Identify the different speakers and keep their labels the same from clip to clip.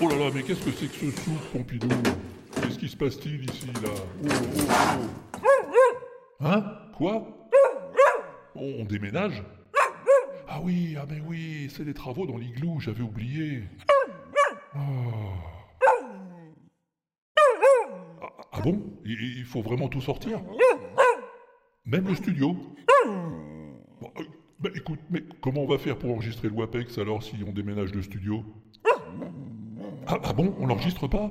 Speaker 1: Oh là là, mais qu'est-ce que c'est que ce soupe, Pompidou Qu'est-ce qui se passe-t-il ici, là Oh, oh, oh. Hein Quoi on, on déménage Ah oui, ah mais oui, c'est les travaux dans l'igloo, j'avais oublié. Oh. Ah, ah bon il, il faut vraiment tout sortir Même le studio Bon, euh, bah, écoute, mais comment on va faire pour enregistrer le WAPEX alors si on déménage le studio ah, ah bon, on l'enregistre pas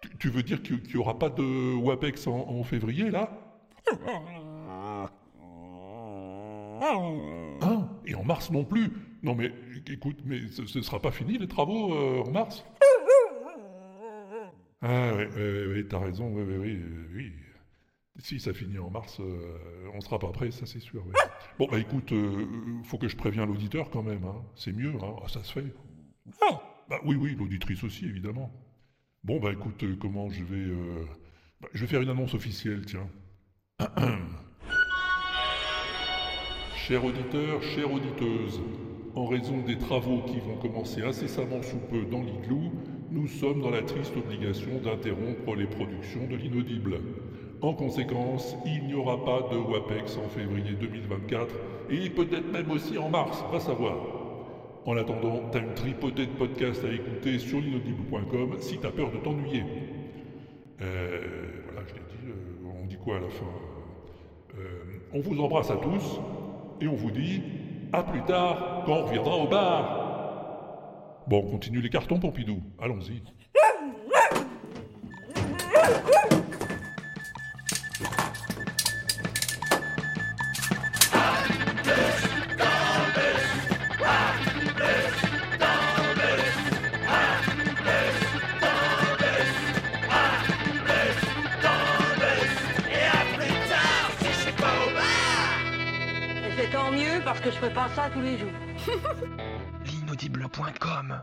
Speaker 1: tu, tu veux dire qu'il n'y aura pas de WAPEX en, en février là Hein Et en mars non plus Non mais écoute, mais ce, ce sera pas fini les travaux euh, en mars Ah ouais, ouais, ouais, t'as raison, ouais, ouais, oui, euh, oui. Si ça finit en mars, euh, on sera pas prêt, ça c'est sûr. ouais. Bon bah écoute, euh, faut que je préviens l'auditeur quand même, hein. c'est mieux, hein. Ah, ça se fait. Bah oui, oui, l'auditrice aussi, évidemment. Bon bah écoute, euh, comment je vais... euh, bah, je vais faire une annonce officielle, tiens. Chers auditeurs, chères auditeuses, en raison des travaux qui vont commencer incessamment sous peu dans l'igloo, nous sommes dans la triste obligation d'interrompre les productions de l'inaudible. En conséquence, il n'y aura pas de WAPEX en février 2024 et peut-être même aussi en mars, va savoir. En attendant, t'as une tripotée de podcasts à écouter sur l'inaudible.com si t'as peur de t'ennuyer. Euh, voilà, je l'ai dit, euh, on dit quoi à la fin euh, on vous embrasse à tous et on vous dit à plus tard quand on reviendra au bar. Bon, on continue les cartons, Pompidou. Allons-y.
Speaker 2: Et c'est tant mieux parce que je fais pas ça tous les jours.
Speaker 3: l'inaudible.com